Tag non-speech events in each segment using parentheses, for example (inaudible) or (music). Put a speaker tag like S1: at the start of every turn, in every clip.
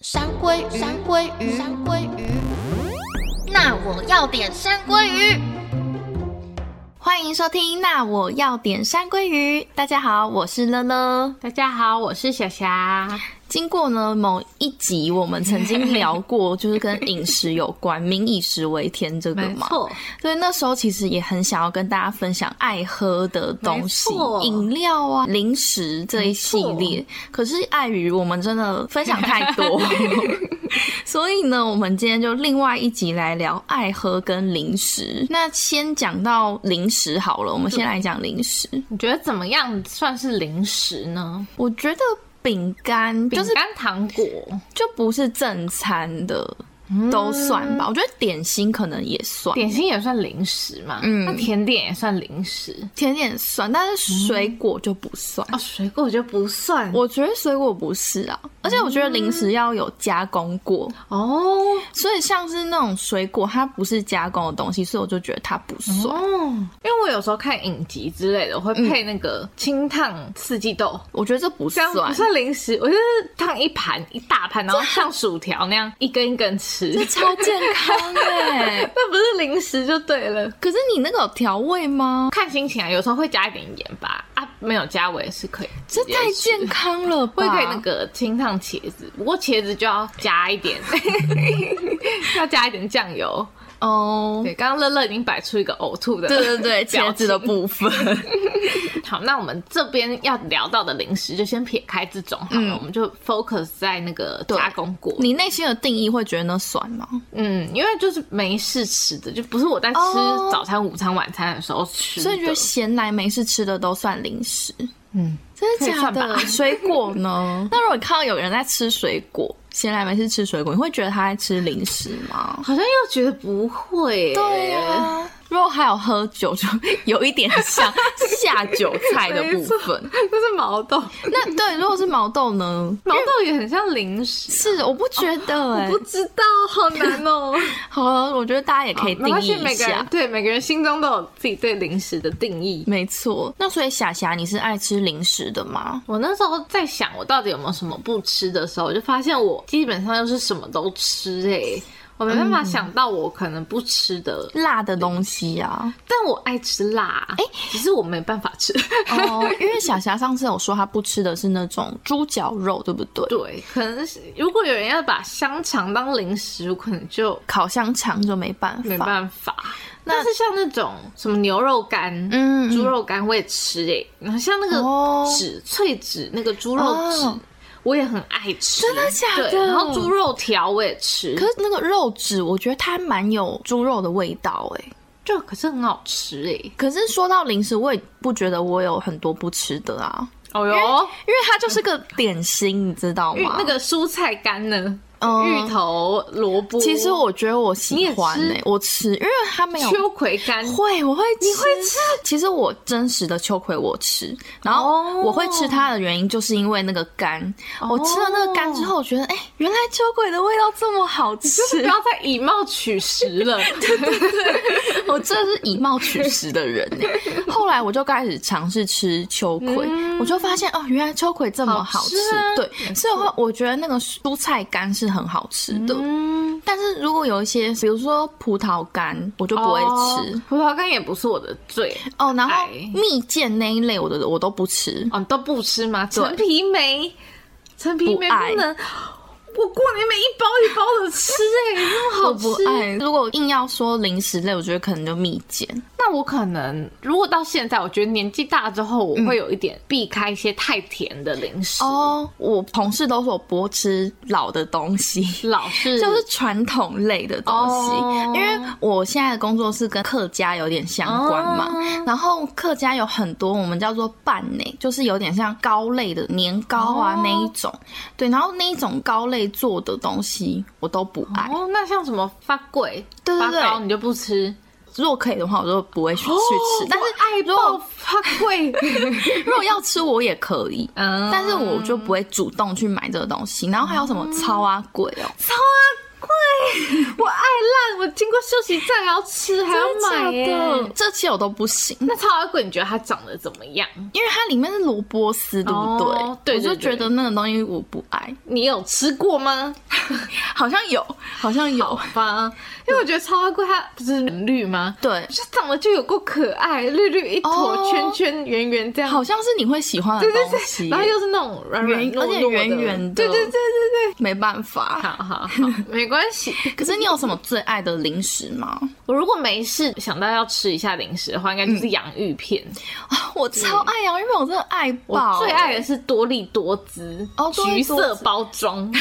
S1: 山鲑鱼，山鲑鱼，山鲑鱼。那我要点山鲑鱼。
S2: 欢迎收听《那我要点山鲑鱼》。大家好，我是乐乐。
S3: 大家好，我是小霞。
S2: 经过呢某一集，我们曾经聊
S3: (laughs)
S2: 过，就是跟饮食有关，“民以食为天”这个
S3: 没
S2: 嘛。
S3: 错，
S2: 对，那时候其实也很想要跟大家分享爱喝的东西
S3: 没错，
S2: 饮料啊、零食这一系列。可是碍于我们真的分享太
S3: (laughs)
S2: 多，所以呢，我们今天就另外一集来聊爱喝跟零食。那先讲到零食好了，我们先来讲零食。
S3: 你觉得怎么样算是零食呢？
S2: 我觉得饼干
S3: 饼
S2: 就是
S3: 干、糖果，
S2: 就不是正餐的。都算吧，我觉得点心可能也算，
S3: 嗯点心也算零食嘛？
S2: 嗯
S3: 那甜点也算零食
S2: 甜点算，但是水果就不算。
S3: 哦，水果就不算
S2: 我觉得水果不是啊，而且我觉得零食要有加工过，
S3: 哦
S2: 所以像是那种水果，它不是加工的东西，所以我就觉得它不算。
S3: 哦，嗯因为我有时候看影集之类的，我会配那个清烫四季豆。
S2: 我觉得这不
S3: 这
S2: 算
S3: 样，不算零食，我就是烫一盘一大盘，然后像薯条那样一根一根吃，
S2: 超健康哎、
S3: 那不是零食就对了。
S2: 可是你那个有调味吗？
S3: 看心情啊，有时候会加一点盐吧，啊，没有加我也是可以直
S2: 这
S3: 接吃，
S2: 太健康了吧！
S3: 会可以那个清烫茄子，不过茄子就要加一 (laughs) 点，要加一点酱油。
S2: 哦，
S3: 对，刚刚乐乐已经摆出一个呕吐的，
S2: 对对对，
S3: (laughs) 表
S2: 茄子的
S3: 情
S2: 部分。
S3: 好，那我们这边要聊到的零食就先撇开这种好了，我们就 focus 在那个
S2: 对
S3: 加工过。
S2: 你内心的定义会觉得那算吗？
S3: 嗯，因为就是没事吃的，就不是我在吃
S2: 哦
S3: 早餐、午餐、晚餐的时候吃的，
S2: 所以你觉得闲来没事吃的都算零食？
S3: 嗯，
S2: 真的假
S3: 可以算 (laughs)
S2: 的？
S3: 吧
S2: 水果
S3: (laughs)
S2: 呢？那如果你看到有人在吃水果，闲来没事吃水果，你会觉得他在吃零食吗？
S3: 好像又觉得不会耶、
S2: 对呀、
S3: 啊 (laughs)
S2: 如果还有喝酒，就 (laughs) 有一点像下酒菜的部分。
S3: 这是毛豆，
S2: 那对，如果是毛豆呢？
S3: 毛豆也很像零食。
S2: 是，我不觉得哎、
S3: 哦不知道，好难哦。
S2: 好了，我觉得大家也可以
S3: 没
S2: 定
S3: 关
S2: 义
S3: 系，每
S2: 一
S3: 个人
S2: 下。
S3: 对每个人心中都有自己对零食的定义。
S2: 没错，那所以霞霞，你是爱吃零食的吗？
S3: 我那时候在想，我到底有没有什么不吃的时候，我就发现我基本上就是什么都吃诶、我没办
S2: 嗯
S3: 法想到我可能不吃的，
S2: 辣的东西啊，
S3: 但我爱吃辣，哎、只是我没办法吃。 (laughs)
S2: 哦，因为小霞上次有说她不吃的是那种猪脚肉，对不对？
S3: 对，可能是如果有人要把香肠当零食，我可能就
S2: 烤香肠就没办法。
S3: 没办法。但是像那种什么牛肉干，
S2: 嗯嗯
S3: 猪肉干我也吃诶、然后像那个
S2: 哦
S3: 纸、脆纸那个猪肉纸。
S2: 哦
S3: 我也很爱吃，
S2: 真的假的
S3: 对然后猪肉条我也吃，
S2: 可是那个肉质，我觉得它蛮有猪肉的味道哎、
S3: 就可是很好吃欸诶。
S2: 可是说到零食，我也不觉得我有很多不吃的啊，
S3: 哦哟，
S2: 因为它就是个点心，你知道
S3: 芋
S2: 吗？
S3: 那个蔬菜干呢？
S2: 嗯
S3: 芋头、萝卜，
S2: 其实我觉得我喜欢
S3: 你
S2: 哎、
S3: 也吃
S2: 我吃，因为它没有
S3: 秋葵
S2: (laughs)
S3: 干
S2: 会，我会吃，你会吃。其实我真实的秋葵我吃，然后
S3: 哦
S2: 我会吃它的原因就是因为那个干。我吃了那个干之后，我觉得哎、原来秋葵的味道这么好吃。
S3: 不要再以貌取
S2: (laughs)
S3: 食了。 (laughs)
S2: 我真的是以貌取食的人呢。 (laughs) 后来我就开始尝试吃秋葵，我就发现哦，原来秋葵这么好吃。
S3: 好吃啊
S2: 对，所以我我觉得那个蔬菜干是很好吃的。
S3: 嗯，
S2: 但是如果有一些，比如说葡萄干，我就不会吃。
S3: 哦葡萄干也不是我的最
S2: 哦，然后
S3: 哎
S2: 蜜饯那一类，我的我都不吃。
S3: 哦，你都不吃吗？陈皮梅，陈皮梅
S2: 不爱
S3: 不能，我过年每一包一包的吃哎、那么
S2: 我
S3: 好吃。
S2: 不爱，如果硬要说零食类，我觉得可能就蜜饯。
S3: 那我可能如果到现在，我觉得年纪大之后，我会有一点避开一些太甜的零食。
S2: 哦，我同事都说我不吃老的东 (laughs) 西，
S3: 老是
S2: 就是传统类的东西，
S3: 哦
S2: 因为我现在的工作是跟客家有点相关嘛，
S3: 哦
S2: 然后客家有很多我们叫做拌呢，就是有点像糕类的年糕啊、
S3: 哦
S2: 那一种，对，然后那一种糕类做的东西我都不爱，
S3: 哦，那像什么发粿、
S2: 对对对
S3: 发糕你就不吃，
S2: 如果可以的话我就不会去去吃，但是
S3: 哦爱
S2: 如果
S3: 爆发粿，
S2: 如果要吃我也可以。
S3: (laughs) 嗯，
S2: 但是我就不会主动去买这个东西，然后还有什么超啊贵哦，
S3: 超贵，我爱烂，我经过休息站还要吃，还要买耶。
S2: 这些我都不行。
S3: (laughs) 那超阿贵，你觉得它长得怎么样？
S2: 因为它里面是萝卜丝，对不对？
S3: 哦对对
S2: 我就觉得那个东西我不爱。
S3: 你有吃过吗？
S2: 好像有，好像有，
S3: 吧，因为我觉得超爱贵它不是很绿吗？
S2: 对，
S3: 就长得就有够可爱，绿绿一坨
S2: 哦
S3: 圈圈圆圆这样，
S2: 好像是你会喜欢的
S3: 对对
S2: 东
S3: 对，
S2: 西，
S3: 然后又是那种软软
S2: 圆
S3: 糯
S2: 而且
S3: 糯的
S2: 圆圆的
S3: 对对对对对，
S2: 没办法。
S3: 好好好，没关系。
S2: 可是你有什么最爱的零食吗？
S3: 我如果没事想到要吃一下零食的话，应该
S2: 嗯
S3: 就是洋芋片。
S2: 我超爱洋芋片，我真的爱
S3: 我
S2: 爆。欸
S3: 最爱的是多利多滋，
S2: 哦多
S3: 橘
S2: 利多
S3: 色
S2: 滋
S3: 包装。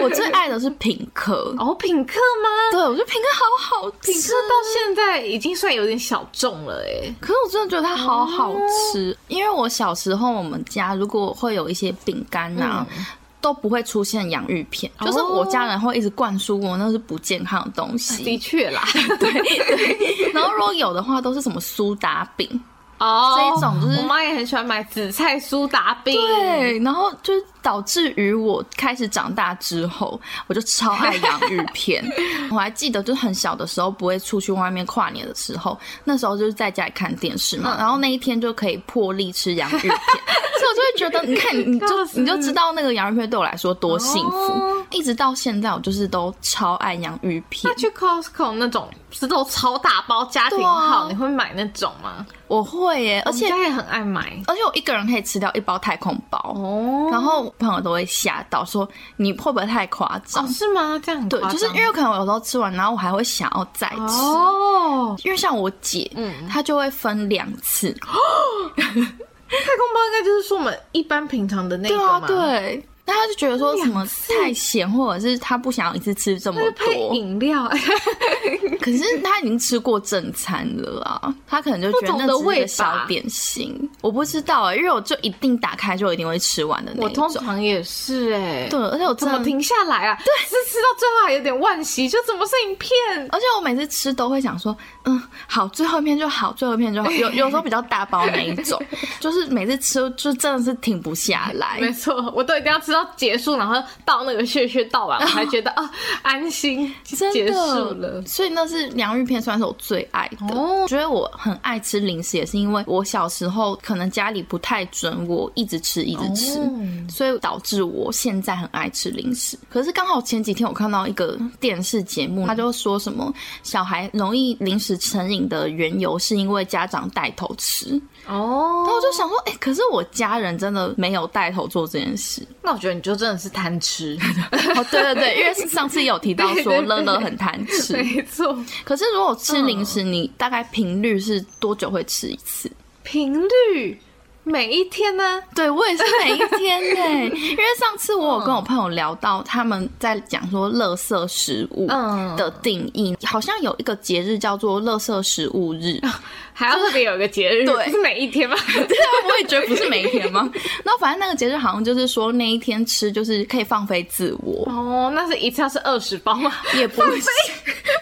S2: 我最爱的是品客。
S3: 哦，品客吗？
S2: (laughs) 对，我觉得品客好好吃，
S3: 品客到现在已经算有点小众了哎。
S2: 可是我真的觉得它好好
S3: 哦
S2: 吃，因为我小时候我们家如果会有一些饼干呐。
S3: 嗯
S2: 都不会出现洋芋片，
S3: 哦
S2: 就是我家人会一直灌输我那是不健康的东
S3: 啊的
S2: 西。
S3: 确 (laughs) 啦，
S2: 然后如果有的话，都是什么苏打饼，
S3: 哦，
S2: 这一种就是
S3: 我妈也很喜欢买紫菜苏打饼，
S2: 嗯对，啊然后就导致于我开始长大之后，我就超爱洋芋片。 (laughs) 我还记得，就是很小的时候不会出去外面跨年的时候，那时候就是在家里看电视
S3: 嗯
S2: 嘛，然后那一天就可以破例吃洋芋片，
S3: (laughs)
S2: 所以我就会觉得，你看，你就你就知道那个洋芋片对我来说多幸福。
S3: 哦
S2: 一直到现在，我就是都超爱洋芋片
S3: 那。去 Costco 那种是都超大包家庭
S2: 对啊
S3: 号，你会买那种吗？
S2: 我会耶，而且
S3: 我们家也很爱买
S2: 而且我一个人可以吃掉一包太空包。
S3: 哦
S2: 然后朋友都会吓到，说你会不会太夸张
S3: 哦？是吗？这样很
S2: 对，
S3: 夸
S2: 就是
S3: 张
S2: 因为可能我有时候吃完，然后我还会想要再吃。
S3: 哦，
S2: 因为像我姐，
S3: 嗯哦
S2: 她就会分两次，
S3: 太空包应该就是说我们一般平常的那
S2: 对
S3: 个
S2: 啊，
S3: 嘛，
S2: 对，那她就觉得说什么
S3: 两次
S2: 太咸，或者是她不想要一次吃这么
S3: 就是配
S2: 多。
S3: 饮
S2: (laughs)
S3: 料，
S2: 可是她已经吃过正餐了啊，她可能就觉
S3: 不
S2: 得
S3: 懂得
S2: 那只是一
S3: 喂
S2: 个
S3: 吧
S2: 小点心。我不知道、欸，因为我就一定打开就一定会吃完的那
S3: 我
S2: 一种
S3: 通。常也是哎、
S2: 对，而且我
S3: 怎
S2: 真
S3: 么
S2: 的
S3: 停下来啊？对，是吃到最后还有点惋惜，就怎么是影片？
S2: 而且我每次吃都会想说，嗯，好，最后一片就好，最后一片就好。
S3: (laughs)
S2: 有有时候比较大包那一种，就是每次吃就真的是停不下来。
S3: 没错， (laughs) 我都一定要吃到结束，然后到那个屑屑到完，我才觉得 (laughs) 啊、安心
S2: 真
S3: 结
S2: 的
S3: 束了。
S2: 所以那是洋芋片，算是我最爱的。
S3: 哦
S2: 我觉得我很爱吃零食，也是因为我小时候可能家里不太准我一直吃一直吃，
S3: 哦
S2: 所以导致我现在很爱吃零食。可是刚好前几天我看到一个电视节目，他就说什么小孩容易零食成瘾的缘由是因为家长带头吃，
S3: 哦，
S2: 然后我就想说，哎、可是我家人真的没有带头做这件事。
S3: 那我觉得你就真的是贪吃，
S2: 哦，对对对，因为上次有提到
S3: 对对
S2: 说
S3: 对
S2: 乐乐很贪吃，
S3: 没错。
S2: 可是如果吃零食，你大概频率是多久会吃一次？
S3: 频率每一天呢？
S2: 对我也是每一天呢、 (laughs) 因为上次我有跟我朋友聊到，他们在讲说垃圾食物
S3: 嗯
S2: 的定义，好像有一个节日叫做垃圾食物 (laughs) 日，
S3: 还要特别有一个节日，
S2: 对
S3: 不是每一天吗？
S2: 我也觉得不是每一天吗？然后反正那个节日好像就是说那一天吃就是可以放飞自我，
S3: (laughs) 哦，那是一次要是二十包 (laughs) 吗？
S2: 也不是。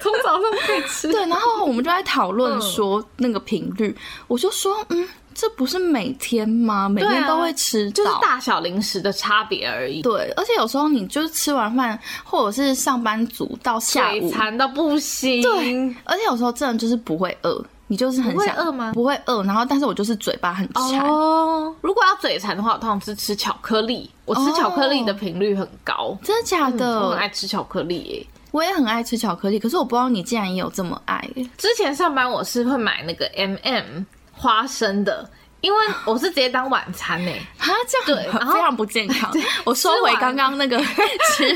S3: 从早上可以吃。
S2: 对，然后我们就在讨
S3: 嗯
S2: 论说那个频率，我就说，嗯，这不是每天吗？每
S3: 对
S2: 天
S3: 啊
S2: 都会吃到，
S3: 就是大小零食的差别而已。
S2: 对，而且有时候你就是吃完饭，或者是上班族到下
S3: 嘴
S2: 午，
S3: 馋到不行。
S2: 对，而且有时候真的就是不会饿，你就是很
S3: 不会
S2: 想
S3: 饿吗
S2: 不会饿，然后但是我就是嘴巴很馋。
S3: 哦，如果要嘴馋的话，我通常是吃巧克力。我吃
S2: 哦
S3: 巧克力的频率很高，
S2: 真的假
S3: 嗯我
S2: 的
S3: 很？爱吃巧克力耶。
S2: 我也很爱吃巧克力，可是我不知道你竟然也有这么
S3: (laughs)
S2: 爱耶。
S3: 之前上班我是会买那个 M、m 花生的，因为我是直接当晚
S2: (laughs)
S3: 餐呢。
S2: 啊，这样
S3: 对
S2: 很
S3: 然后
S2: 非常不健康。我收
S3: 吃
S2: 回
S3: 完
S2: 刚刚那个 (laughs)
S3: (laughs)
S2: 吃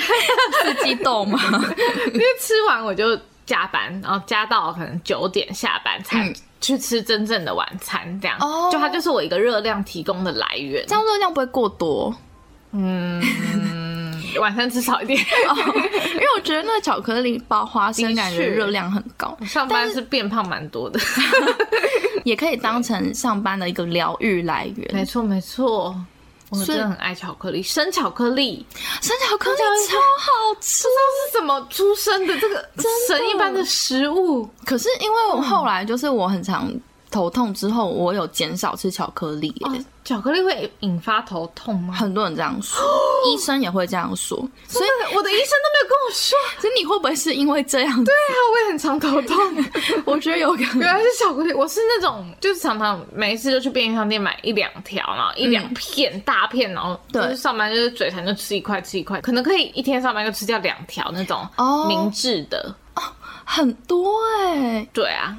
S2: 四季豆吗？
S3: 因为吃完我就加班，然后加到可能九点下班才
S2: 嗯
S3: 去吃真正的晚餐，这样、
S2: 哦
S3: 就它就是我一个热量提供的来源
S2: 这。样热量不会过多，
S3: 晚餐吃少
S2: (laughs)
S3: 一点，
S2: 哦因为我觉得那个巧克力包花生
S3: 的
S2: 感觉
S3: 确
S2: 热量很高。
S3: 上班是变胖蛮
S2: (laughs)
S3: 多的。
S2: 也可以当成上班的一个疗愈来
S3: 没
S2: 源。
S3: 错没错，我
S2: 所
S3: 真
S2: 以
S3: 的很爱巧克力，生巧克力，
S2: 生巧克力超好吃，
S3: 这是怎么出生的这个神一般的食物？
S2: 可是因为我后来就是我很常头痛之后，我有减少吃巧克力耶、
S3: 哦，巧克力会引发头痛吗？
S2: 很多人这样说，医生也会这样说，所以
S3: 真的我的医生都没有跟我我说，
S2: 所以你会不会是因为这样？对，
S3: 对啊，我也很常头 (laughs) 痛。
S2: 我觉得有可
S3: 原
S2: 能。
S3: 来是巧克力，我是那种就是常常每一次就去便利商店买一两条，然后一两片大片，然后就是
S2: 对
S3: 上班就是嘴馋就吃一块吃一块，可能可以一天上班就吃掉两条那种
S2: 哦
S3: 明治的。
S2: 很多哎、
S3: 对啊，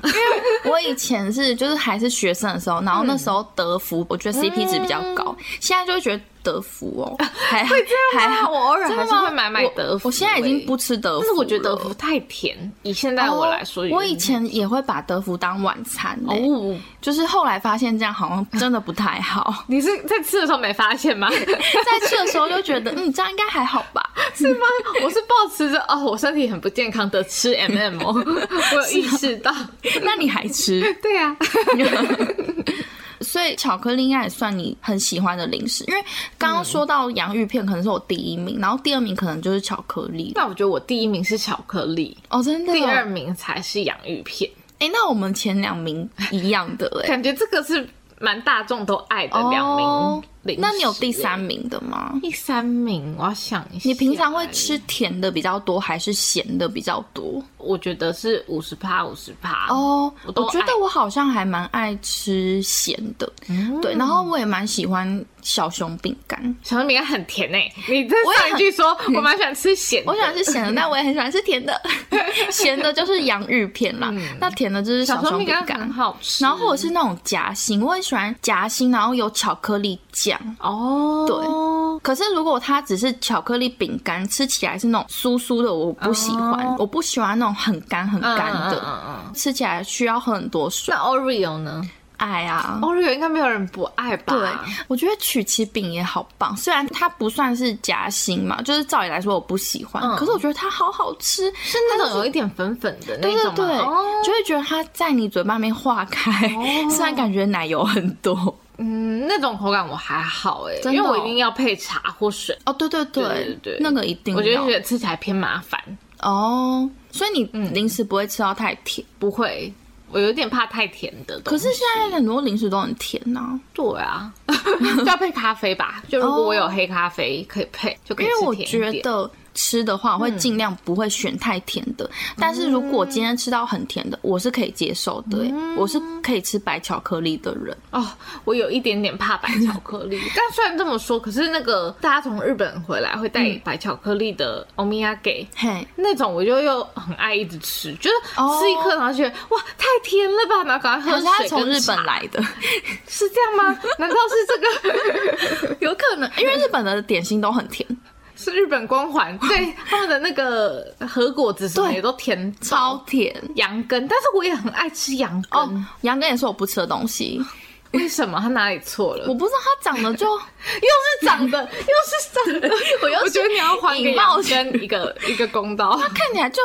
S2: 我以前是就是还是学生的时候，然后那时候德芙，我觉得
S3: 嗯
S2: CP 值比较高，现在就会觉得德芙
S3: (laughs)
S2: 哦，还会这还好
S3: 我偶尔
S2: 真的
S3: 还是
S2: 吗
S3: 会买买
S2: 我
S3: 德欸芙
S2: 我现在已经不吃德芙了，
S3: 但是我觉得德芙太甜，以现在我来说，
S2: 哦我以前也会把德芙当晚餐、欸，
S3: 哦，。
S2: 就是后来发现这样好像真的不太好
S3: (laughs) 你是在吃的时候没发现吗？
S2: 在吃的时候就觉得，嗯，这样应该还好吧？
S3: 是吗？我是抱持着哦，我身体很不健康的吃 M、m (laughs) 我有意识到。
S2: 那你还吃？
S3: 对啊， (laughs)
S2: (laughs) 所以巧克力应该也算你很喜欢的零食，因为刚刚说到洋芋片可能是我第一名，然后第二名可能就是巧克力了。
S3: 那我觉得我第一名是巧克力，
S2: 哦，真的哦。
S3: 第二名才是洋芋片，
S2: 哎、那我们前两名一样的 (laughs) 哎、
S3: 感觉这个是蛮大众都爱的两名
S2: 哦
S3: 零食
S2: 那你有第三？名的吗？
S3: 第三名，我要想一下。
S2: 你平常会？吃甜的比较多，还是咸的比较多？
S3: 我觉得是五十趴，五十趴。
S2: 哦，
S3: 我
S2: 我
S3: 都
S2: 觉
S3: 爱
S2: 得我好像还蛮爱吃咸的，
S3: 嗯
S2: 对，然后我也蛮喜欢小熊饼干。
S3: 小米干很甜诶、你在
S2: 我也
S3: 上一
S2: 很
S3: 句说我蛮喜欢吃咸的，
S2: 我喜欢吃咸
S3: (laughs)
S2: 的，但我也很喜欢吃甜的。 (laughs) 咸的就是洋芋片啦，那甜的就是
S3: 嗯小
S2: 小
S3: 熊
S2: 熊
S3: 饼
S2: 饼
S3: 干很
S2: 干。
S3: 好吃，
S2: 然后或者是那种夹心，我很喜欢夹心，然后有巧克力酱。
S3: 哦，
S2: 对可是如果它只是巧克力饼干，吃起来是那种酥酥的，我不喜欢。
S3: 哦
S2: 我不喜欢那种很干很
S3: 嗯
S2: 干的，
S3: 嗯嗯嗯
S2: 吃起来需要喝很多水
S3: 那。Oreo 呢
S2: 爱啊，
S3: ？Oreo 应该没有人不爱吧？
S2: 对，我觉得曲奇饼也好棒，虽然它不算是夹心嘛，就是照理来说我不喜欢，
S3: 嗯
S2: 可是我觉得它好好吃，
S3: 是那种有一点粉粉的那
S2: 对对
S3: 种
S2: 对，
S3: 吗？哦
S2: 就会觉得它在你嘴巴里面化开，虽然感觉奶油很多。
S3: 嗯，那种口感我还好哎、
S2: 真的
S3: 因为
S2: 哦
S3: 我一定要配茶或水。
S2: 哦，对对对，
S3: 对对对
S2: 那个一定
S3: 我觉得
S2: 要
S3: 觉得吃起来偏麻烦，
S2: 哦，所以你零食不会吃到太甜，
S3: 不会，我有点怕太甜的东
S2: 嗯可
S3: 西。
S2: 是现在很多零食都很甜呐、
S3: 对啊， (laughs) 就要配咖啡吧。就如果我有黑咖啡可以配，就可以
S2: 哦因为我
S3: 吃甜一
S2: 觉
S3: 点。
S2: 得吃的话，我会尽量不会选太甜的。但是如果今天吃到很甜的，我是可以接受的、欸我是可以吃白巧克力的人。
S3: 哦，我有一点
S2: (laughs)
S3: 点怕白巧克力，但虽然这么说，可是那个大家从日本回来会
S2: 嗯
S3: 带白巧克力的欧米亚给。
S2: 嘿，
S3: 那种我就又很爱一直吃，就是
S2: 哦
S3: 吃一颗，然后觉得哇太甜了吧，然后赶快
S2: 可
S3: 喝
S2: 是
S3: 水
S2: 他从
S3: 跟
S2: 日本
S3: 茶
S2: 来 (laughs) 的，
S3: 是这 (laughs) 样吗？难道是这个？ (laughs)
S2: 有可能，因为日本的点心都很甜，
S3: 是日本光环，对他们的那个和果子什么
S2: 对
S3: 也都甜
S2: (laughs) 超甜。
S3: 羊羹，但是我也很爱吃羊羹，
S2: 哦，杨哥也是我不吃的东
S3: (laughs)
S2: 西，
S3: 为什么他哪里错了？
S2: 我不知道它长得就
S3: (laughs) 又是长的， (laughs) 又是长的， (laughs) 我
S2: 又是
S3: 觉得你要还给
S2: 引爆
S3: 羊羹一个一个公 (laughs) 道。
S2: 看起来就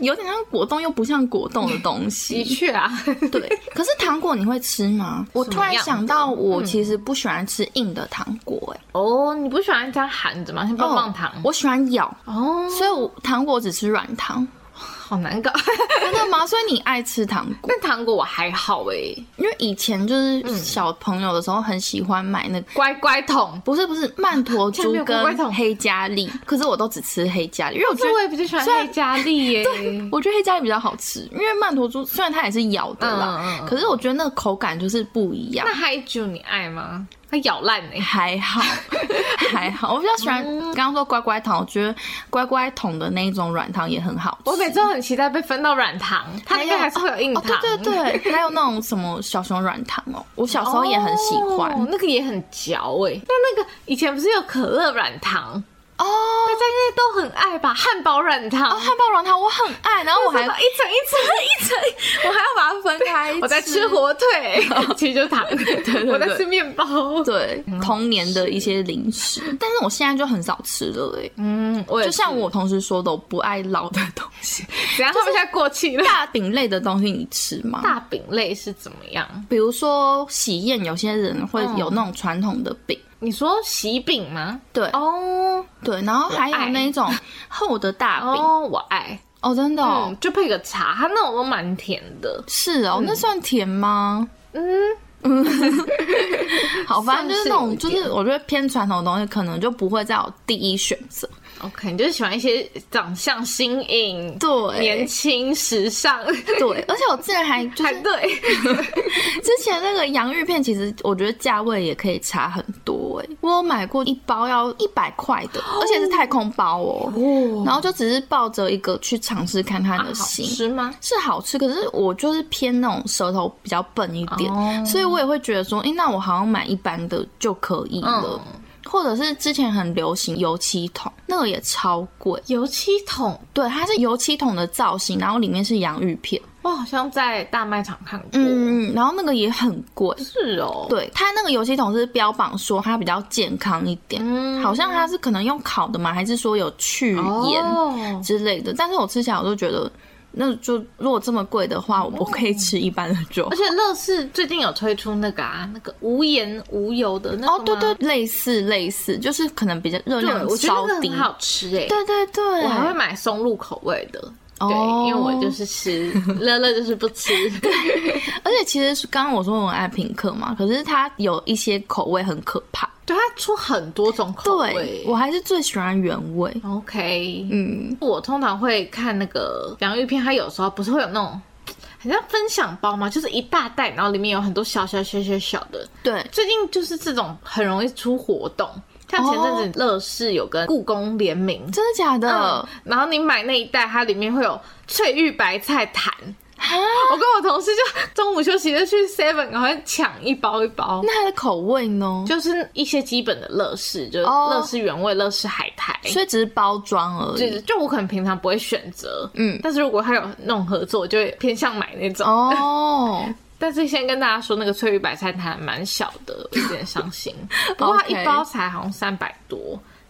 S2: 有点像果冻，又不像果冻的东
S3: 的
S2: 西。
S3: 确啊，
S2: 对，可是糖果你会吃吗？我突然想到，我其实不喜欢吃硬的糖果、哎、哦
S3: 哦，你不喜欢这样含着吗？像棒棒糖，
S2: 我喜欢咬，
S3: 哦，
S2: 所以我糖果只吃软
S3: (laughs)
S2: 糖，
S3: 好难搞。
S2: 真的吗？所以你爱吃糖果？
S3: 但糖果我还好欸诶、
S2: 因为以前就是小朋友的时候，很喜欢买那个。
S3: 乖乖桶，
S2: 不是不是，曼陀
S3: (laughs) 前
S2: 珠
S3: 面有乖乖桶
S2: 跟黑加力，可是我都只吃黑加力，因为我觉
S3: 这我
S2: 得
S3: 也比较喜欢
S2: 虽然
S3: 黑加力 (laughs) 耶、
S2: 我觉得黑加力比较好吃，因为曼陀珠虽然它也是咬的啦，
S3: 嗯嗯嗯
S2: 可是我觉得那个口感就是不一样
S3: 那，嗨酒你爱吗？它咬烂哎、
S2: 还
S3: (laughs)
S2: 好还好，我比较喜欢
S3: 嗯
S2: 刚刚说乖乖糖，我觉得乖乖桶的那一种软糖也很好吃。
S3: 我每次都很期待被分到软糖，它那
S2: 还
S3: 边
S2: 有
S3: 还是会有硬
S2: 哦
S3: 糖。，
S2: 对对对，还有那种什么小熊软糖哦，我小时候也很喜欢
S3: 哦那个也很嚼哎、那那个以前不是有可乐软糖，
S2: 哦。
S3: 大家应该都很爱吧？汉堡软糖，
S2: 哦，汉堡软糖我很爱，然后我
S3: 我还
S2: 还
S3: 一层一层一层，哦
S2: 我还要把它分开
S3: 我在吃火腿，其实就是糖。
S2: 对
S3: 我在吃面包。
S2: 对
S3: 嗯
S2: 童年的一些零食，但是我现在就很少吃了哎、
S3: 嗯，我也
S2: 就像我同事说的，我不爱老的东 (laughs) 西，
S3: 怎样？他们现在过期了。
S2: 大饼类的东西你吃吗？
S3: 大饼类是怎么样？
S2: 比如说喜宴，有些人会
S3: 嗯
S2: 有那种传统的饼，
S3: 你说喜饼吗？
S2: 对、
S3: 哦
S2: 对，然后还
S3: 我爱
S2: 有那种厚的大饼，哦
S3: 哦，我爱。
S2: 真的哦，
S3: 嗯，就配个茶，它那种都蛮甜的。
S2: 是哦，那算甜吗？
S3: 嗯，
S2: (laughs) 好，反正就是那
S3: 算是有一
S2: 种，就是我觉得偏传统的东西，可能就不会在我第一选择。
S3: OK，你就是喜欢一些长相新颖、
S2: 对
S3: 年轻、
S2: (laughs)
S3: 时尚，
S2: 对，而且我之前还就
S3: 还
S2: 是
S3: 对。
S2: 之前那个洋芋片，其实我觉得价位也可以差很多哎、我有买过一包要一百块的，而且是太空包哦、
S3: 哦，啊
S2: 然后就只是抱着一个去尝试看它的
S3: 好
S2: 心。
S3: 吃吗？
S2: 是好吃，可是我就是偏那种舌头比较笨一点，
S3: 哦
S2: 所以我也会觉得说，哎、那我好像买一般的就可以了。
S3: 嗯
S2: 或者是之前很流行油漆桶，那个也超贵。
S3: 油漆桶，
S2: 对，它是油漆桶的造型，然后里面是洋芋片，
S3: 我好像在大卖场看过。，
S2: 嗯，然后那个也很贵。
S3: 是哦。，
S2: 对，它那个油漆桶是标榜说它比较健康一点，
S3: 嗯
S2: 好像它是可能用烤的嘛，还是说有去盐
S3: 哦，
S2: 之类的。但是我吃起来我就觉得，那就如果这么贵的话，我我可以吃一般的就好
S3: (laughs) 而且乐事最近有推出那个啊，那个无盐无油的那个
S2: 哦，对
S3: 吗
S2: 对，，类似类似，就是可能比较热
S3: 对，
S2: 量
S3: 我觉得
S2: 稍
S3: 那个
S2: 低
S3: 很。好吃诶。
S2: 对对对，
S3: 我还会买松露口味的。对，
S2: 哦
S3: 因为我就是吃乐乐，就是不吃。
S2: 而且其实是刚刚我说我很爱品客嘛，可是它有一些口味很可怕。
S3: (laughs) 对，它出很多种口味
S2: 对，。我还是最喜欢原味。
S3: OK，
S2: 嗯，
S3: 我通常会看那个洋芋片，它有时候不是会有那种。很像分享包嘛，就是一大袋，然后里面有很多小小小小小的。
S2: 对，
S3: 最近就是这种很容易出活动，像前阵子乐事有跟故宫联名，
S2: 哦真的假的
S3: 嗯？，然后你买那一袋，它里面会有翠玉白菜坛。
S2: 哈、
S3: 我跟我同事就中午休息就去 Seven 赶快抢一包一包，
S2: 那它的口味呢？
S3: 就是一些基本的乐事，就是
S2: 哦
S3: 乐事原味、乐事海苔。
S2: 所以只是包装而
S3: 就
S2: 已。
S3: 就我可能平常不会选择，
S2: 嗯
S3: 但是如果他有那种合作，我就会偏向买那种。
S2: 哦，
S3: 但是先跟大家说，那个翠玉白菜它还蛮小的，我有点
S2: (laughs)
S3: 伤心。不过它
S2: OK
S3: 一包才好像三百多，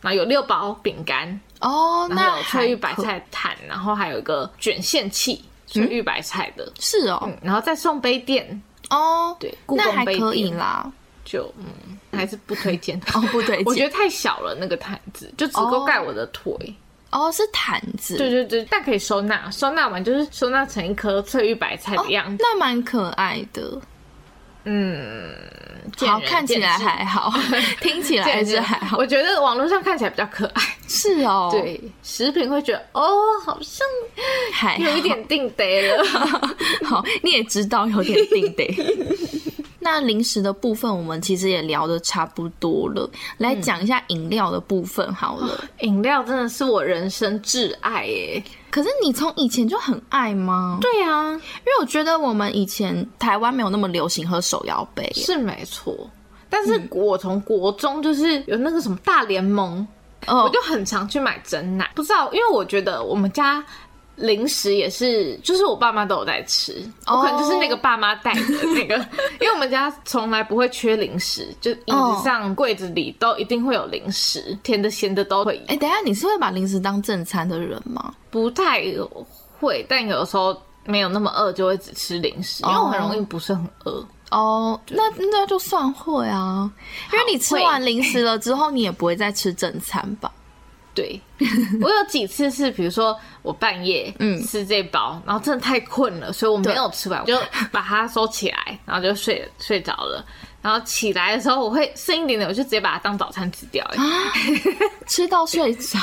S3: 然后有六包饼干，
S2: 哦，
S3: (laughs) 然
S2: 那
S3: 后有
S2: 还
S3: 翠玉白
S2: 可嗯
S3: 菜坛，然后还有一个卷线器，翠玉白菜的，
S2: 是哦，
S3: 嗯，然后再送杯垫，
S2: 哦，
S3: 对故宫
S2: 那还
S3: 杯
S2: 可以
S3: 垫
S2: 啦。
S3: 就嗯还是不推荐。
S2: 哦，不对劲，
S3: 我觉得太小了，那个毯子就只够
S2: 哦
S3: 盖我的腿。
S2: 哦是毯子，
S3: 对对对，但可以收纳，收纳完就是收纳成一颗翠玉白菜
S2: 哦
S3: 的样，子。
S2: 那蛮可爱的。
S3: 嗯，见
S2: 好，
S3: 仁
S2: 看起
S3: 见
S2: 来
S3: 智
S2: 还
S3: (laughs)
S2: 好，听起来
S3: 见仁
S2: 是
S3: 见
S2: 还好
S3: 我。觉得网络上看起来比较可爱。
S2: 是哦，，
S3: 对，食品会觉得哦，好像
S2: 还好
S3: 有
S2: (laughs)
S3: 一点定得了。
S2: 好，你也知道有点定
S3: (laughs)
S2: 得。那零食的部分，我们其实也聊的差不多了，来
S3: 嗯
S2: 讲一下饮料的部分好了。
S3: 饮料真的是我人生挚爱耶。
S2: 可是你从以前就很爱吗？
S3: 对啊，
S2: 因为我觉得我们以前台湾没有那么流行喝手摇杯耶，
S3: 是没错。但是我从国中就是有那个什么大联盟，
S2: 哦
S3: 我就很常去买真奶。不知道，因为我觉得我们家零食也是，就是我爸妈都有在吃，
S2: 哦
S3: 我可能就是那个爸妈带的那 (laughs) 个，因为我们家从来不会缺零食，就椅
S2: 哦
S3: 子上、柜子里都一定会有零食，甜的、咸的都会有。
S2: 哎、等一下，你是会把零食当正餐的人吗？
S3: 不太会，但有时候没有那么饿，就会只吃零食，因为我很容易不是很饿。
S2: 哦、那那就算会啊，因为你吃完零食了之后，你也不会再吃正餐
S3: (laughs)
S2: 吧？
S3: 对，我有几次是，比如说我半夜
S2: 嗯
S3: 嗯吃这包，然后真的太困了，所以我没有吃完，我就 (laughs) 把它收起来，然后就睡睡着了。然后起来的时候，我会剩一点点，我就直接把它当早餐吃掉、欸
S2: 啊吃到睡着，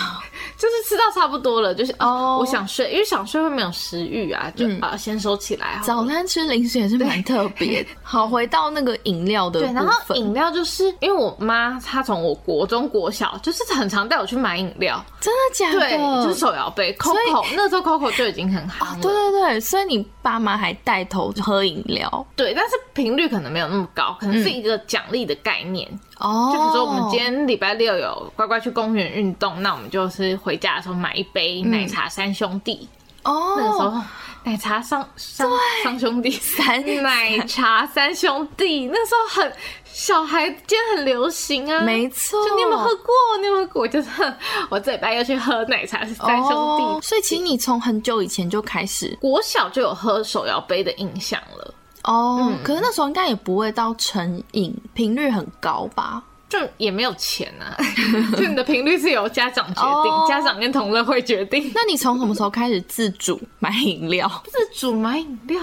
S3: 就是吃到差不多了，就是
S2: 哦
S3: 哦，我想睡，因为想睡会没有食欲啊，就、
S2: 嗯
S3: 啊先收起来好了。
S2: 早餐吃零食也是蛮特别的。好，回到那个饮料的
S3: 对，然
S2: 部
S3: 后
S2: 分，
S3: 饮料就是因为我妈她从我国中国小就是很常带我去买饮料，
S2: 真的假的？
S3: 对，就是手摇杯
S2: 以
S3: Coco，那时候 Coco 就已经很好
S2: 啊，
S3: 了，
S2: 对对对，所以你爸妈还带头喝饮料
S3: 对，但是频率可能没有那么高，可能是一个奖励的概念，
S2: 嗯哦。
S3: 就比如说我们今天礼拜六有乖乖去公园运动，那我们就是回家的时候买一杯奶茶三兄弟，
S2: 嗯哦，
S3: 那个时候奶茶三三三兄
S2: (laughs)
S3: 弟
S2: 三
S3: 奶茶三兄弟，那时候很小孩间很流行啊，
S2: 没错，
S3: 就你有没有喝过？你有没有喝过？我就是 (laughs) 我这礼拜又去喝奶茶是三兄弟，
S2: 哦所以其实你从很久以前就开始
S3: 国小就有喝手摇杯的印象了，
S2: 哦，
S3: 嗯
S2: 可是那时候应该也不会到成瘾，频率很高吧？
S3: 就也没有钱啊， (laughs) 就你的频率是由家长决定，
S2: 哦
S3: 家长跟同乐会决定
S2: 那你从什么时候开始自主买饮料？ (laughs)
S3: 自主买饮料。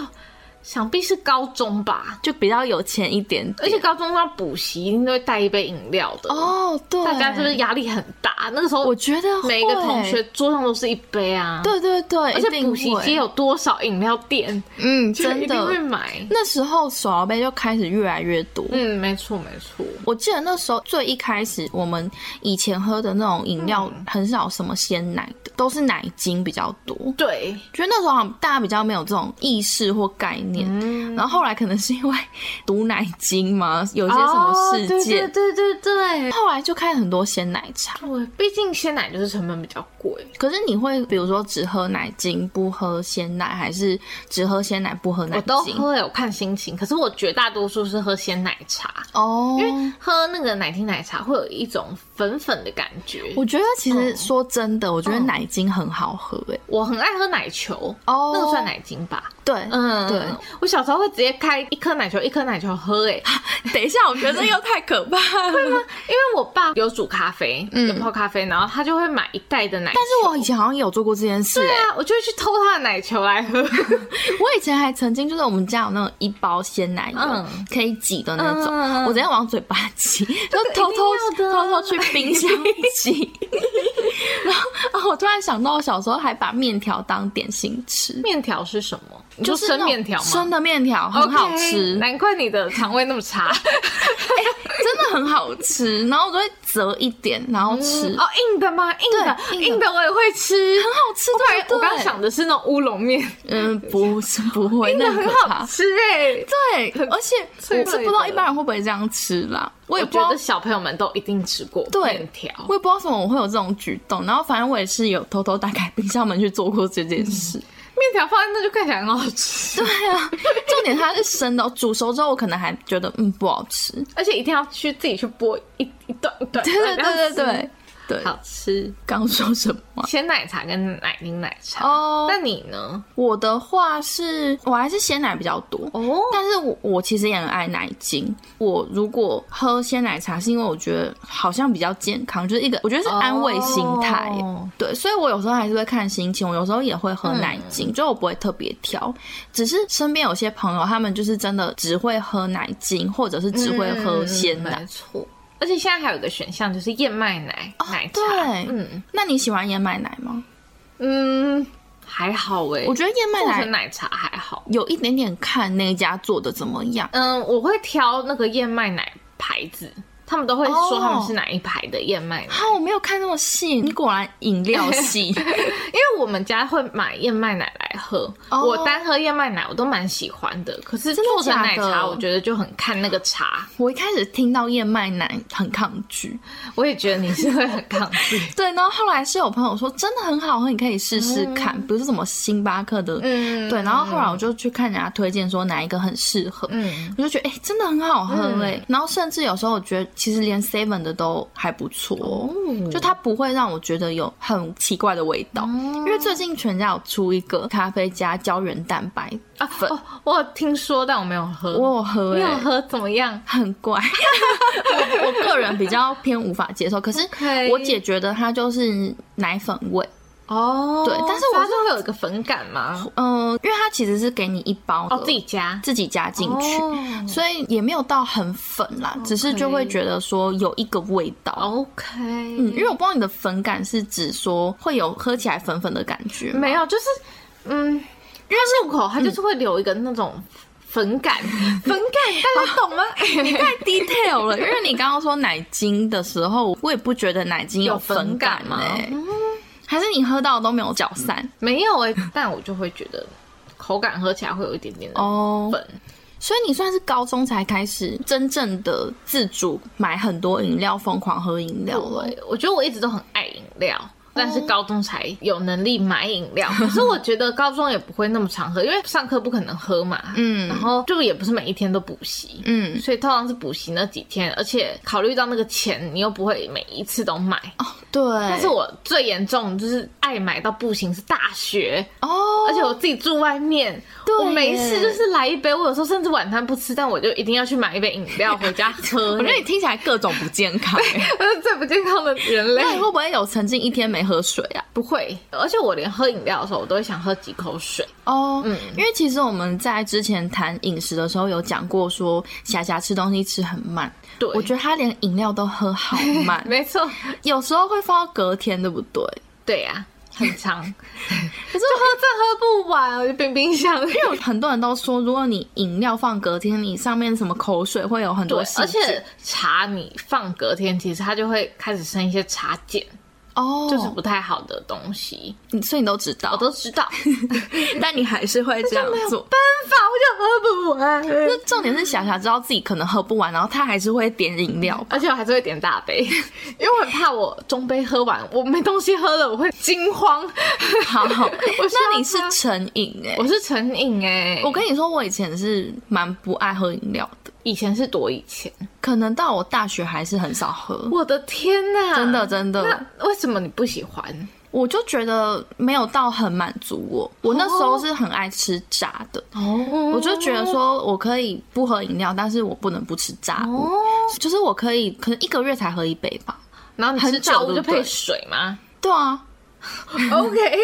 S3: 想必是高中吧，
S2: 就比较有钱一点
S3: 而且高中要补习，一定都会带一杯饮料的。
S2: 哦，对，
S3: 大家是不是压力很大？那个时候
S2: 我觉得
S3: 每一个
S2: 会
S3: 同学桌上都是一杯啊。
S2: 对对对，
S3: 而
S2: 一
S3: 且
S2: 定
S3: 补习
S2: 会
S3: 街有多少饮料店，
S2: 嗯，
S3: (laughs) 就
S2: 真
S3: 一定会
S2: 的，
S3: 买。
S2: 那时候手摇杯就开始越来越多。
S3: 嗯，没错没错。
S2: 我记得那时候最一开始，我们以前喝的那种饮料
S3: 嗯
S2: 很少什么鲜奶的，都是奶精比较多。
S3: 对，
S2: 觉得那时候好像大家比较没有这种意识或概念，然后后来可能是因为毒奶精嘛， (laughs) 有
S3: 啊有
S2: 一些什么事件，
S3: 对对对对对
S2: 后来就开了很多鲜奶茶。
S3: 对，毕竟鲜奶就是成本比较贵。
S2: 可是你会比如说只喝奶精不喝鲜奶，还是只喝鲜奶不喝奶
S3: 我都
S2: 精？
S3: 喝，有看心情。可是我绝大多数是喝鲜奶茶，
S2: 哦，
S3: 因为喝那个奶精奶茶会有一种粉粉的感觉。
S2: 我觉得其实
S3: 嗯
S2: 说真的，我觉得
S3: 嗯
S2: 奶精很好喝欸诶、
S3: 我很爱喝奶球，
S2: 哦
S3: 那个算奶精吧？
S2: 对，
S3: 嗯，
S2: 对。
S3: 我小时候会直接开一颗奶球，一颗奶球喝、
S2: (laughs)
S3: 欸，哎，
S2: 等一下，我觉得这又太可怕 (laughs) 了。
S3: 因为我爸有煮咖啡，
S2: 嗯
S3: 有泡咖啡，然后他就会买一袋的奶球。
S2: 但是我以前好像有做过这件事、欸
S3: 对
S2: 诶，
S3: 啊，我就会去偷他的奶球来
S2: (laughs)
S3: 喝。
S2: 我以前还曾经就是我们家有那种一包鲜奶油、
S3: 嗯
S2: 可以挤的那种，
S3: 嗯
S2: 我直接往嘴巴挤，就偷偷
S3: 一定要的
S2: 偷偷去冰箱挤。 (laughs) 然后啊，我突然想到，我小时候还把面条当点心吃，
S3: 面条是什么？你
S2: 就
S3: 说
S2: 是那
S3: 生
S2: 种
S3: 面条吗？
S2: 生的面条很好
S3: OK，
S2: 吃哎
S3: 难怪你的肠胃那么差。
S2: (laughs) 真的很好吃。然后我就会折一点，然后吃，
S3: 哦，硬的吗？硬的，
S2: 对
S3: 硬
S2: 硬的
S3: 我也会吃，很
S2: 好吃
S3: 我本
S2: 对
S3: 来
S2: 不对
S3: 我刚想的是那种乌龙面，
S2: 嗯，不是不
S3: (laughs)
S2: 会，
S3: 硬的
S2: (laughs) 那
S3: 很
S2: 可
S3: 好
S2: 怕。
S3: 吃哎。
S2: 对，
S3: 很
S2: 而且
S3: 脆
S2: 我是
S3: 脆
S2: 不知道
S3: 的
S2: 一般人会不会这样吃啦，我
S3: 我
S2: 也不知
S3: 觉
S2: 道
S3: 得，小朋友们都一定吃过
S2: 对
S3: 面条，
S2: 我也不知道为什么我会有这种举动。然后反正我也是有偷偷打开冰箱门去做过这件事。
S3: 面条放在那就看起来很好吃，
S2: (laughs) 对啊，重点它是生的哦，煮熟之后我可能还觉得嗯不好吃。
S3: (laughs) 而且一定要去自己去剥一一段一段，
S2: 对对对对
S3: 这
S2: 对
S3: 样吃，
S2: 对，
S3: 好吃。
S2: 刚说什么啊？
S3: 鲜奶茶跟奶精奶茶。
S2: 哦
S3: 那你呢？
S2: 我的话是，我还是鲜奶比较多。
S3: 哦
S2: 但是我我其实也很爱奶精。我如果喝鲜奶茶，是因为我觉得好像比较健康，就是一个我觉得是安慰心态。
S3: 哦
S2: 对，所以我有时候还是会看心情，我有时候也会喝奶精，就我不会特别挑。只是身边有些朋友，他们就是真的只会喝奶精，或者是只会喝鲜奶。
S3: 嗯没错。而且现在还有一个选项就是燕麦奶、奶茶，
S2: 哦对
S3: 嗯
S2: 那你喜欢燕麦奶吗？
S3: 嗯，还好哎、
S2: 我觉得燕麦
S3: 做
S2: 奶
S3: 成奶茶还好。
S2: 有一点点看那一家做的怎么样。
S3: 嗯，我会挑那个燕麦奶牌子，他们都会说他们是哪一排的燕麦奶，
S2: 啊，我没有看那么细，你果然饮料系。
S3: 因为我们家会买燕麦奶来喝。
S2: 哦
S3: 我单喝燕麦奶我都蛮喜欢的，可是
S2: 真的
S3: 做成
S2: 假
S3: 奶茶
S2: 的
S3: 我觉得就很看那个茶。
S2: 我一开始听到燕麦奶很抗拒，
S3: 我也觉得你是会很抗拒。
S2: 对，然后后来是有朋友说真的很好喝，你可以试试看，比如说什么星巴克的，
S3: 嗯
S2: 对，然后后来我就去看人家推荐说哪一个很适合，
S3: 嗯，
S2: 我就觉得哎、诶真的很好喝哎、诶然后甚至有时候我觉得其实连 Seven 的都还不错，
S3: 哦
S2: 就它不会让我觉得有很奇怪的味
S3: 哦
S2: 道，因为最近全家有出一个咖啡加胶原蛋白
S3: (laughs) 啊
S2: 粉，
S3: 哦，我有听说，但我没有喝。
S2: 我有喝、
S3: 你
S2: 诶
S3: 有喝怎么样？
S2: 很怪， (laughs) 我我个人比较偏无法接受。可是
S3: OK
S2: 我姐觉得它就是奶粉味，
S3: 哦，
S2: 对但是我
S3: 它是会有一个粉感吗？
S2: 嗯、因为它其实是给你一包的
S3: 哦，自己加
S2: 自己加进去，哦
S3: 哦
S2: 所以也没有到很粉啦，只是就会觉得说有一个味道。
S3: 哦 OK，
S2: 嗯，因为我不知道你的粉感是指说会有喝起来粉粉的感觉吗， (laughs)
S3: 没有，就是嗯，因为入口它就是会留一个那种粉 (laughs) 感，粉感大家懂吗？
S2: 太 detail 了。因为你刚刚说奶精的时候，我也不觉得奶精
S3: 有粉
S2: 粉感 (laughs)
S3: 感吗
S2: 欸还是你喝到的都没有搅散
S3: (laughs) 没有哎、但我就会觉得口感喝起来会有一点点的
S2: 哦
S3: 粉。
S2: 所以你算是高中才开始真正的自主买很多饮料，疯狂喝饮料了。
S3: 对，我觉得我一直都很爱饮料。但是高中才有能力买饮 (laughs) 料，可是我觉得高中也不会那么常喝，因为上课不可能喝嘛。
S2: 嗯
S3: 然后就也不是每一天都补习，
S2: 嗯，
S3: 所以通常是补习那几天，而且考虑到那个钱，你又不会每一次都买。
S2: 哦对。
S3: 但是我最严重就是爱买到不行，是大学。
S2: 哦，
S3: 而且我自己住外面，
S2: 对
S3: 我没事就是来一杯。我有时候甚至晚餐不吃，但我就一定要去买一杯饮料回家喝。
S2: 我
S3: (laughs)
S2: 觉得你听起来各种不健康、 (laughs) 欸。
S3: 我是最不健康的人类
S2: 那。你会不会有曾经一天没喝水啊？
S3: 不会，而且我连喝饮料的时候，我都会想喝几口水。
S2: 哦，嗯，因为其实我们在之前谈饮食的时候有讲过，说霞霞吃东西吃很慢，
S3: 对，
S2: 我觉得她连饮料都喝好 (laughs) 慢，
S3: (laughs) 没错，
S2: 有时候会放到隔天，对不对？
S3: 对呀、很 (laughs) 长，可是我喝这喝不完，
S2: 啊
S3: 我就冰冰 (laughs) 箱。
S2: 因为很多人都说，如果你饮料放隔天，你上面什么口水会有很
S3: 对
S2: 多细，
S3: 而
S2: 菌，
S3: 且茶你放隔天，其实它就会开始生一些茶碱，
S2: 哦，
S3: 就是不太好的东西。
S2: 你所以你都知道，
S3: 我都知道，
S2: (laughs) 但你还是会这样做。
S3: 办法我就喝不 (laughs) 完，
S2: 那重点是霞霞知道自己可能喝不完，然后她还是会点饮
S3: (laughs)
S2: 料。
S3: 而且我还是会点大杯， (laughs) 因为我很怕我中杯喝完，我没东西喝了，我会惊慌。 (laughs)
S2: 好，那你是
S3: 需要她
S2: 成瘾哎、
S3: 我是成瘾哎、
S2: 我跟你说，我以前是蛮不爱喝饮料的，
S3: 以前是多以前，
S2: 可能到我大学还是很少喝。
S3: 我的天呐、
S2: 真的真的
S3: 那为什么你不喜欢？
S2: 我就觉得没有到很满足我，我那时候是很爱吃炸的，
S3: 哦，
S2: 我就觉得说我可以不喝饮料，但是我不能不吃炸物，
S3: 哦，
S2: 就是我可以可能一个月才喝一杯吧。
S3: 然后你吃
S2: 很久
S3: 炸物
S2: 对
S3: 就
S2: 不对
S3: 配水 (laughs) 吗
S2: 对啊，
S3: ？OK，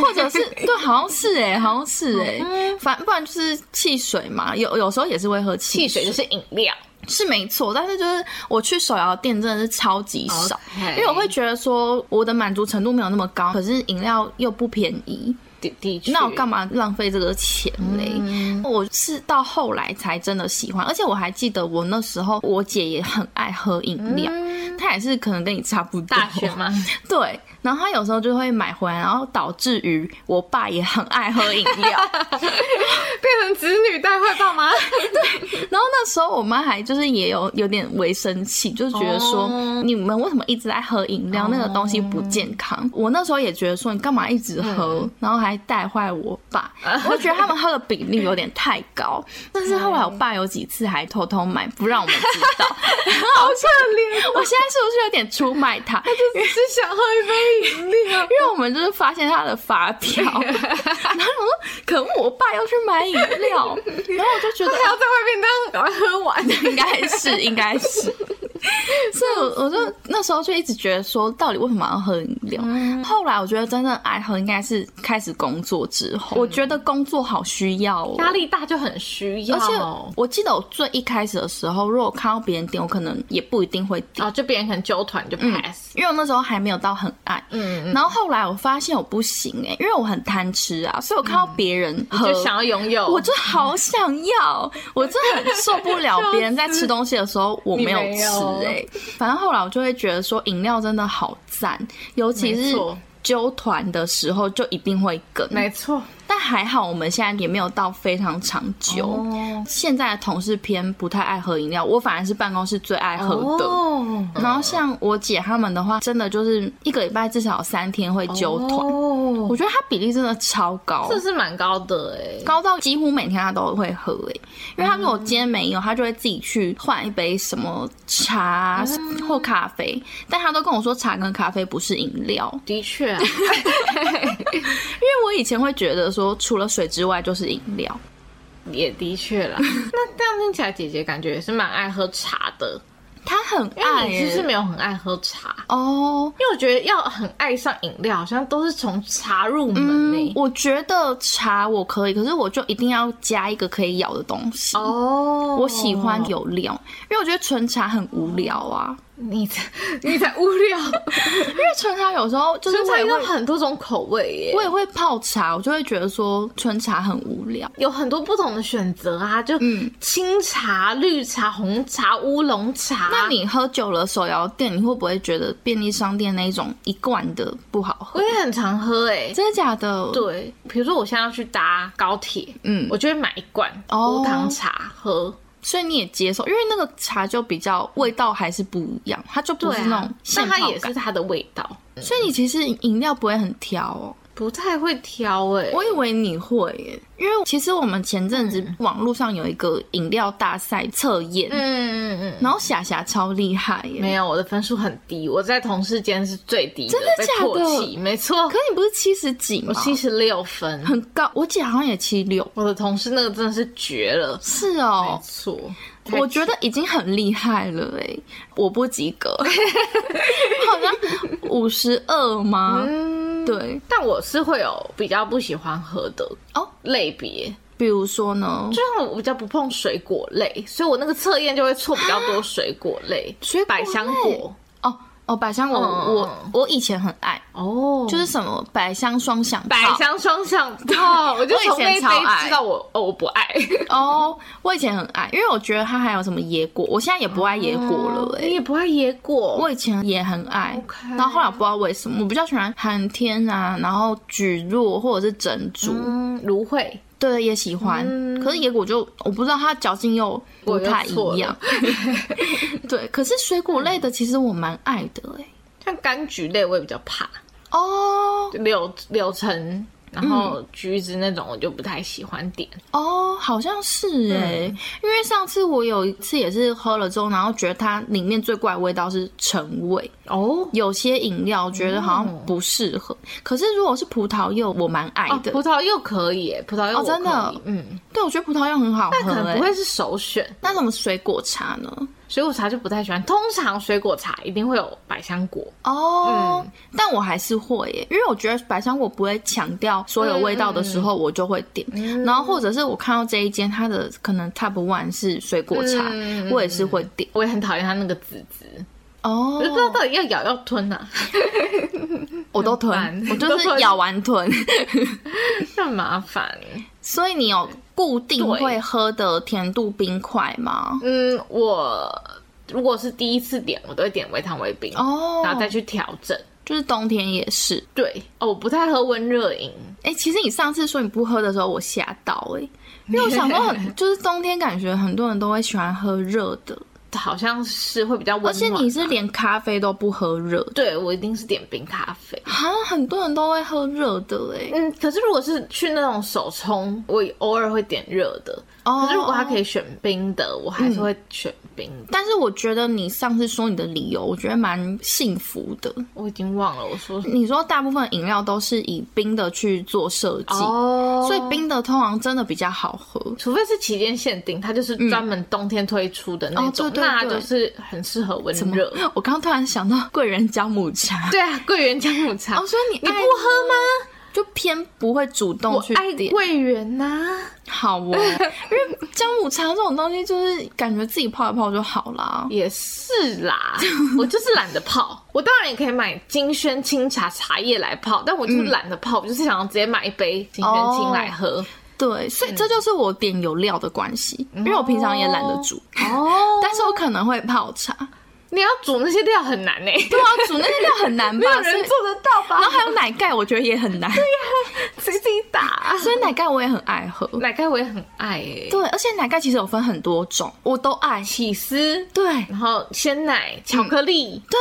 S2: 或者是
S3: (laughs)
S2: 对，好像是哎、好像是哎、
S3: 嗯
S2: 反不然就是汽水嘛，有有时候也是会喝
S3: 汽
S2: 汽
S3: 水就是饮料，
S2: 是没错，但是就是我去手摇店真的是超级少
S3: 哦 OK
S2: 因为我会觉得说我的满足程度没有那么高，可是饮料又不便宜，
S3: 的的确。
S2: 那我干嘛浪费这个钱嘞？
S3: 嗯
S2: 我是到后来才真的喜欢，而且我还记得我那时候我姐也很爱喝饮料，
S3: 嗯
S2: 她也是可能跟你差不多
S3: 大学吗？
S2: (laughs) 对，然后他有时候就会买回来，然后导致于我爸也很爱喝饮
S3: (laughs)
S2: 料。
S3: (laughs) 变成子女带坏爸 (laughs) 妈？
S2: 然后那时候我妈还就是也有有点微生气，就觉得说、
S3: 哦
S2: 你们为什么一直在喝饮料，那个东西不健康。
S3: 哦
S2: 我那时候也觉得说你干嘛一直喝，然后还带坏我爸，
S3: (laughs)
S2: 我就觉得他们喝的比例有点太高。但是后来我爸有几次还偷偷买，不让我们知
S3: (laughs)
S2: 道。
S3: 好可怜，
S2: 我现在是不是有点出卖他？
S3: 只是想喝一杯饮料。
S2: 因为我们就是发现他的发票，然后我说可恶，我爸要去买饮料，然后我就觉得
S3: (laughs) 还要在外面这样赶快喝完， (laughs)
S2: 应该是，应该是。所以我我就那时候就一直觉得说，到底为什么要喝饮料？
S3: 嗯
S2: 后来我觉得真正爱喝应该是开始工作之后，我觉得工作好需要哦。
S3: 压力大就很需要。
S2: 而且我记得我最一开始的时候，如果看到别人点，我可能也不一定会点，
S3: 哦，就别人可能揪团就
S2: 嗯
S3: pass。
S2: 因为我那时候还没有到很爱。
S3: 嗯
S2: 然后后来我发现我不行哎、因为我很贪吃啊，所以我看到别人喝，
S3: 嗯就想要拥有，
S2: 嗯我就好想要，我真的很受不
S3: (laughs)
S2: 了别人在吃东西的时候我没有
S3: 你没
S2: 吃
S3: 有
S2: 哎、反正后来我就会觉得说饮料真的好赞，尤其
S3: 没
S2: 是
S3: 错
S2: 揪团的时候就一定会跟。
S3: 没错，
S2: 但还好我们现在也没有到非常长久。
S3: 哦
S2: 现在的同事偏不太爱喝饮料，我反而是办公室最爱喝的。
S3: 哦
S2: 然后像我姐她们的话，真的就是一个礼拜至少有三天会揪团，
S3: 哦
S2: 我觉得她比例真的超高，
S3: 这是蛮高的哎。
S2: 高到几乎每天她都会喝诶、因为她如果今天没有，她就会自己去换一杯什么茶
S3: 嗯
S2: 或咖啡，但她都跟我说茶跟咖啡不是饮料，
S3: 的确啊， (laughs)
S2: 因为我以前会觉得说除了水之外就是饮料，
S3: 也的确
S2: (laughs)
S3: 啦。那这样听起来，姐姐感觉也是蛮爱喝茶的，
S2: 她很
S3: 因
S2: 爱
S3: 为
S2: 诶、
S3: 你其实没有很爱喝茶，
S2: 哦。
S3: 因为我觉得要很爱上饮料，好像都是从茶入门欸
S2: 嗯
S3: 呢，。
S2: 我觉得茶我可以，可是我就一定要加一个可以咬的东西。
S3: 哦
S2: 我喜欢有料，因为我觉得纯茶很无聊啊。
S3: 你才，你才无 (laughs) 聊。
S2: 因为纯茶有时候就是
S3: 就是
S2: 我
S3: 它
S2: 也
S3: 有
S2: 会，
S3: 很多种口味耶，
S2: 我也会泡茶，我就会觉得说纯茶很无聊。
S3: 有很多不同的选择啊，就
S2: 嗯
S3: 清茶、绿茶、红茶、乌龙茶。
S2: 那你喝久了手摇店，你会不会觉得便利商店那一种一罐的不好喝
S3: 我？也很常喝诶、
S2: 真的假的？，
S3: 对，比如说我现在要去搭高铁，
S2: 嗯
S3: 我就会买一罐
S2: 哦
S3: 无糖茶喝。
S2: 所以你也接受，因为那个茶就比较味道还是不一样，它就不
S3: 对
S2: 是那
S3: 啊
S2: 种，现
S3: 但它
S2: 泡
S3: 也
S2: 感
S3: 是。它的味道。
S2: 所以你其实饮料不会很挑哦。
S3: 不太会挑哎、
S2: 我以为你会耶，因为其实我们前阵子网络上有一个饮料大赛测验，
S3: 嗯嗯嗯，
S2: 然后霞霞超厉害耶，
S3: 没有，我的分数很低，我在同事间是最低
S2: 真的
S3: 在
S2: 假的
S3: 唾弃，没错
S2: 可，你不是七十几吗？
S3: 我七十六分，
S2: 很高，我姐好像也七六。
S3: 我的同事那个真的是绝了，
S2: 是
S3: 没
S2: 哦，
S3: 错，
S2: 我觉得已经很厉害了哎、我不及
S3: (laughs)
S2: 格，好像五十二吗？
S3: 嗯，
S2: 对
S3: 但我是会有比较不喜欢喝的
S2: 哦，
S3: 类别，
S2: 比如说呢，
S3: 就像我比较不碰水果类，所以我那个测验就会错比较多水果类，
S2: 水果类
S3: 百香果
S2: 哦哦，百香我、
S3: 嗯
S2: 我我以前很爱，
S3: 哦，
S2: 就是什么百香双响炮，
S3: 百香双响炮， (laughs) 我就
S2: 我以前
S3: 从那一
S2: 超爱
S3: 杯知道我哦我不爱，
S2: 哦，我以前很爱，因为我觉得它还有什么椰果，我现在也不爱
S3: (laughs)
S2: 椰果了哎、
S3: 你也不爱野果，
S2: 我以前也很爱
S3: 啊 OK
S2: 然后后来我不知道为什么，我比较喜欢寒天啊，然后蒟蒻或者是珍珠，
S3: 嗯芦荟，
S2: 对，也喜欢。
S3: 嗯
S2: 可是野果就我不知道它嚼劲又不太一
S3: 我又错 (laughs)
S2: 样
S3: 了。
S2: 对，可是水果类的其实我蛮爱的哎、
S3: 像柑橘类我也比较怕，
S2: 哦
S3: 柳柳橙。然后橘子那种我就不太喜欢点，
S2: 哦，好像是哎、
S3: 嗯
S2: 因为上次我有一次也是喝了之后，然后觉得它里面最怪的味道是橙味，
S3: 哦，
S2: 有些饮料觉得好像不适合。可是如果是葡萄柚，我蛮爱
S3: 嗯哦
S2: 的。
S3: 葡萄柚可以耶，葡萄柚
S2: 哦
S3: 我
S2: 真的
S3: 可以嗯，
S2: 对，我觉得葡萄柚很好
S3: 但
S2: 喝
S3: 可能
S2: 哎、
S3: 不会是首选。
S2: 那什么水果茶呢？
S3: 水果茶就不太喜欢，通常水果茶一定会有百香果，
S2: 哦，
S3: 嗯
S2: 但我还是会耶，因为我觉得百香果不会强调所有味道的时候，我就会点。
S3: 嗯
S2: 然后或者是我看到这一间它的可能 top one 是水果茶，
S3: 嗯
S2: 我也是会点。
S3: 我也很讨厌它那个籽籽，
S2: 哦
S3: 我就不知道到底要咬要吞啊， (laughs)
S2: 我都
S3: 很
S2: 吞，
S3: 烦
S2: 我就是咬完
S3: (laughs)
S2: 吞。
S3: 这很麻烦。
S2: 所以你有固定会喝的甜度冰块吗？
S3: 嗯，我如果是第一次点，我都会点微糖微冰，
S2: 哦，
S3: 然后再去调整。
S2: 就是冬天也是。
S3: 对，哦，我不太喝温热饮，
S2: 哎、其实你上次说你不喝的时候，我吓到哎、因为我想说
S3: (laughs)
S2: 很，就是冬天感觉很多人都会喜欢喝热的。
S3: 好像是会比较温
S2: 而
S3: 暖。
S2: 且你是连咖啡都不喝热的
S3: 对我一定是点冰咖啡。
S2: 啊？很多人都会喝热的哎、
S3: 嗯，可是如果是去那种手冲，我偶尔会点热的。
S2: 哦
S3: 可是如果它可以选冰的，我还是会选冰的。
S2: 但是我觉得你上次说你的理由，我觉得蛮幸福的。
S3: 我已经忘了我说什么。
S2: 你说大部分饮料都是以冰的去做设计，
S3: 哦
S2: 所以冰的通常真的比较好喝。
S3: 除非是期间限定，它就是专门冬天推出的那种，
S2: 嗯哦对对
S3: 那它
S2: 对哦
S3: 就是很适合温热。
S2: 我刚刚突然想到桂圆姜母茶，
S3: 对啊，桂圆姜母茶，
S2: 哦，所 (laughs) 以你
S3: 你不
S2: 爱
S3: 喝吗？
S2: 就偏不会主动去
S3: 我爱
S2: 点，
S3: 哦哎桂圆呐、
S2: 好 (laughs) 哦，因为姜母茶这种东西就是感觉自己泡一泡就好啦。
S3: 也是
S2: (laughs)
S3: 啦，我就是懒得泡。我当然也可以买金萱清茶茶叶来泡，但我
S2: 嗯
S3: 就是懒得泡，我就是想要直接买一杯金萱清来喝。
S2: 对，所以这就是我点有料的关系，因为我平常也懒得煮，
S3: (laughs) 哦，
S2: 但是我可能会泡茶。
S3: 你要煮那些料很难呢、欸
S2: 对啊，煮那些料很难吧
S3: 没？有人
S2: 所以
S3: 做得到吧
S2: 然后
S3: (laughs)
S2: 还有奶盖，我觉得也很难，
S3: 谁自己打？
S2: 所以奶盖我也很爱喝。
S3: 奶盖我也很爱诶、
S2: 对，而且奶盖其实有分很多种，我都爱。
S3: 起司，
S2: 对，对
S3: 然后鲜奶、巧克力，
S2: 对，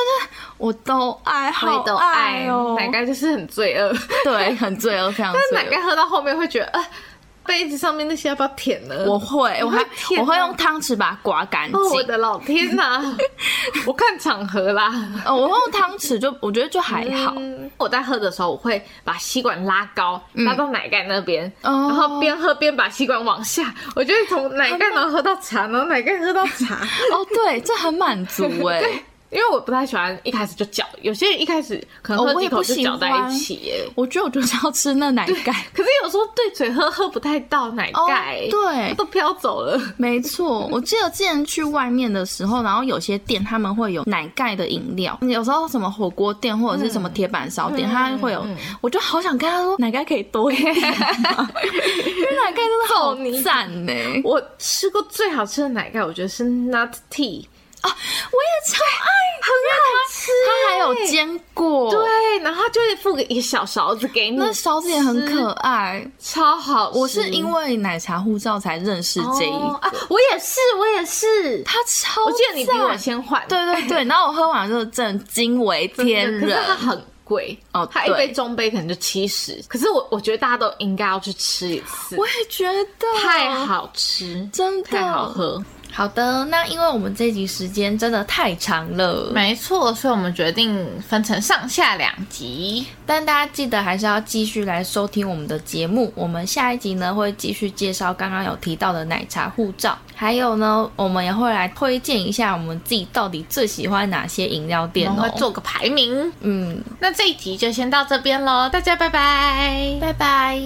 S2: 我都爱，
S3: 我
S2: 好
S3: 也都
S2: 爱哦。
S3: 奶盖就是很罪恶，
S2: 对， (laughs) 很罪恶，非常
S3: 但是
S2: 罪
S3: 奶
S2: 恶。
S3: 盖喝到后面会觉得，呃，杯子上面那些要不要舔呢？
S2: 我会，我还
S3: 你会舔
S2: 我会
S3: 吗
S2: 用汤匙把它刮干净。
S3: 哦，我的老天
S2: (laughs)
S3: 呐、我看场合啦。
S2: 呃，我会用汤匙就我觉得就还好。
S3: 嗯我在喝的时候，我会把吸管拉高，拉到奶盖那边，
S2: 嗯哦
S3: 然后边喝边把吸管往下，我就会从奶盖然后喝到
S2: (laughs)
S3: 茶，然后奶盖喝到茶。
S2: 哦，对，这很满
S3: (laughs)
S2: 足哎。
S3: 因为我不太喜欢一开始就搅，有些人一开始可能
S2: 哦
S3: 喝
S2: 我也
S3: 几口
S2: 不
S3: 就
S2: 喜
S3: 搅在
S2: 欢
S3: 一起耶。
S2: 我觉得我就是要吃那奶盖。
S3: 可是有时候对嘴喝喝不太到奶
S2: 哦
S3: 盖，，
S2: 对，
S3: 都飘走了。
S2: 没错。我记得之前去外面的时候，然后有些店他们会有奶盖的饮料，有时候什么火锅店或者是什么铁板烧
S3: 嗯
S2: 店，它会有。我就好想跟他说，奶盖可以多一点吗，因为奶盖真的好赞欸呢、我
S3: 我吃过最好吃的奶盖，我觉得是 nut tea，
S2: 也超爱，很好吃它还有坚果，，
S3: 对，然后它就会附个一个小勺子给你，
S2: 那勺子也很可爱。
S3: 超好吃。
S2: 我是因为奶茶护照才认识这一
S3: 哦
S2: 个，
S3: 啊，我也是，我也是。
S2: 它超
S3: 我记得你比我
S2: 赞
S3: 先换，
S2: 对对对，然后我喝完之后震惊为天
S3: 真的可
S2: 人
S3: 是它，很贵
S2: 哦
S3: 它一杯
S2: 对
S3: 中杯可能就七十，可是我我觉得大家都应该要去吃一次
S2: 我，也觉得
S3: 太，好吃，
S2: 真的
S3: 太好。喝，
S2: 好的，那因为我们这集时间真的太长了，
S3: 没错，所以我们决定分成上下两集。
S2: 但大家记得还是要继续来收听我们的节目。我们下一集呢会继续介绍刚刚有提到的奶茶护照，还有呢我们也会来推荐一下我们自己到底最喜欢哪些饮料店
S3: 我们
S2: 哦
S3: 会。做个排名，
S2: 嗯，
S3: 那这一集就先到这边喽，大家拜拜。
S2: 拜拜。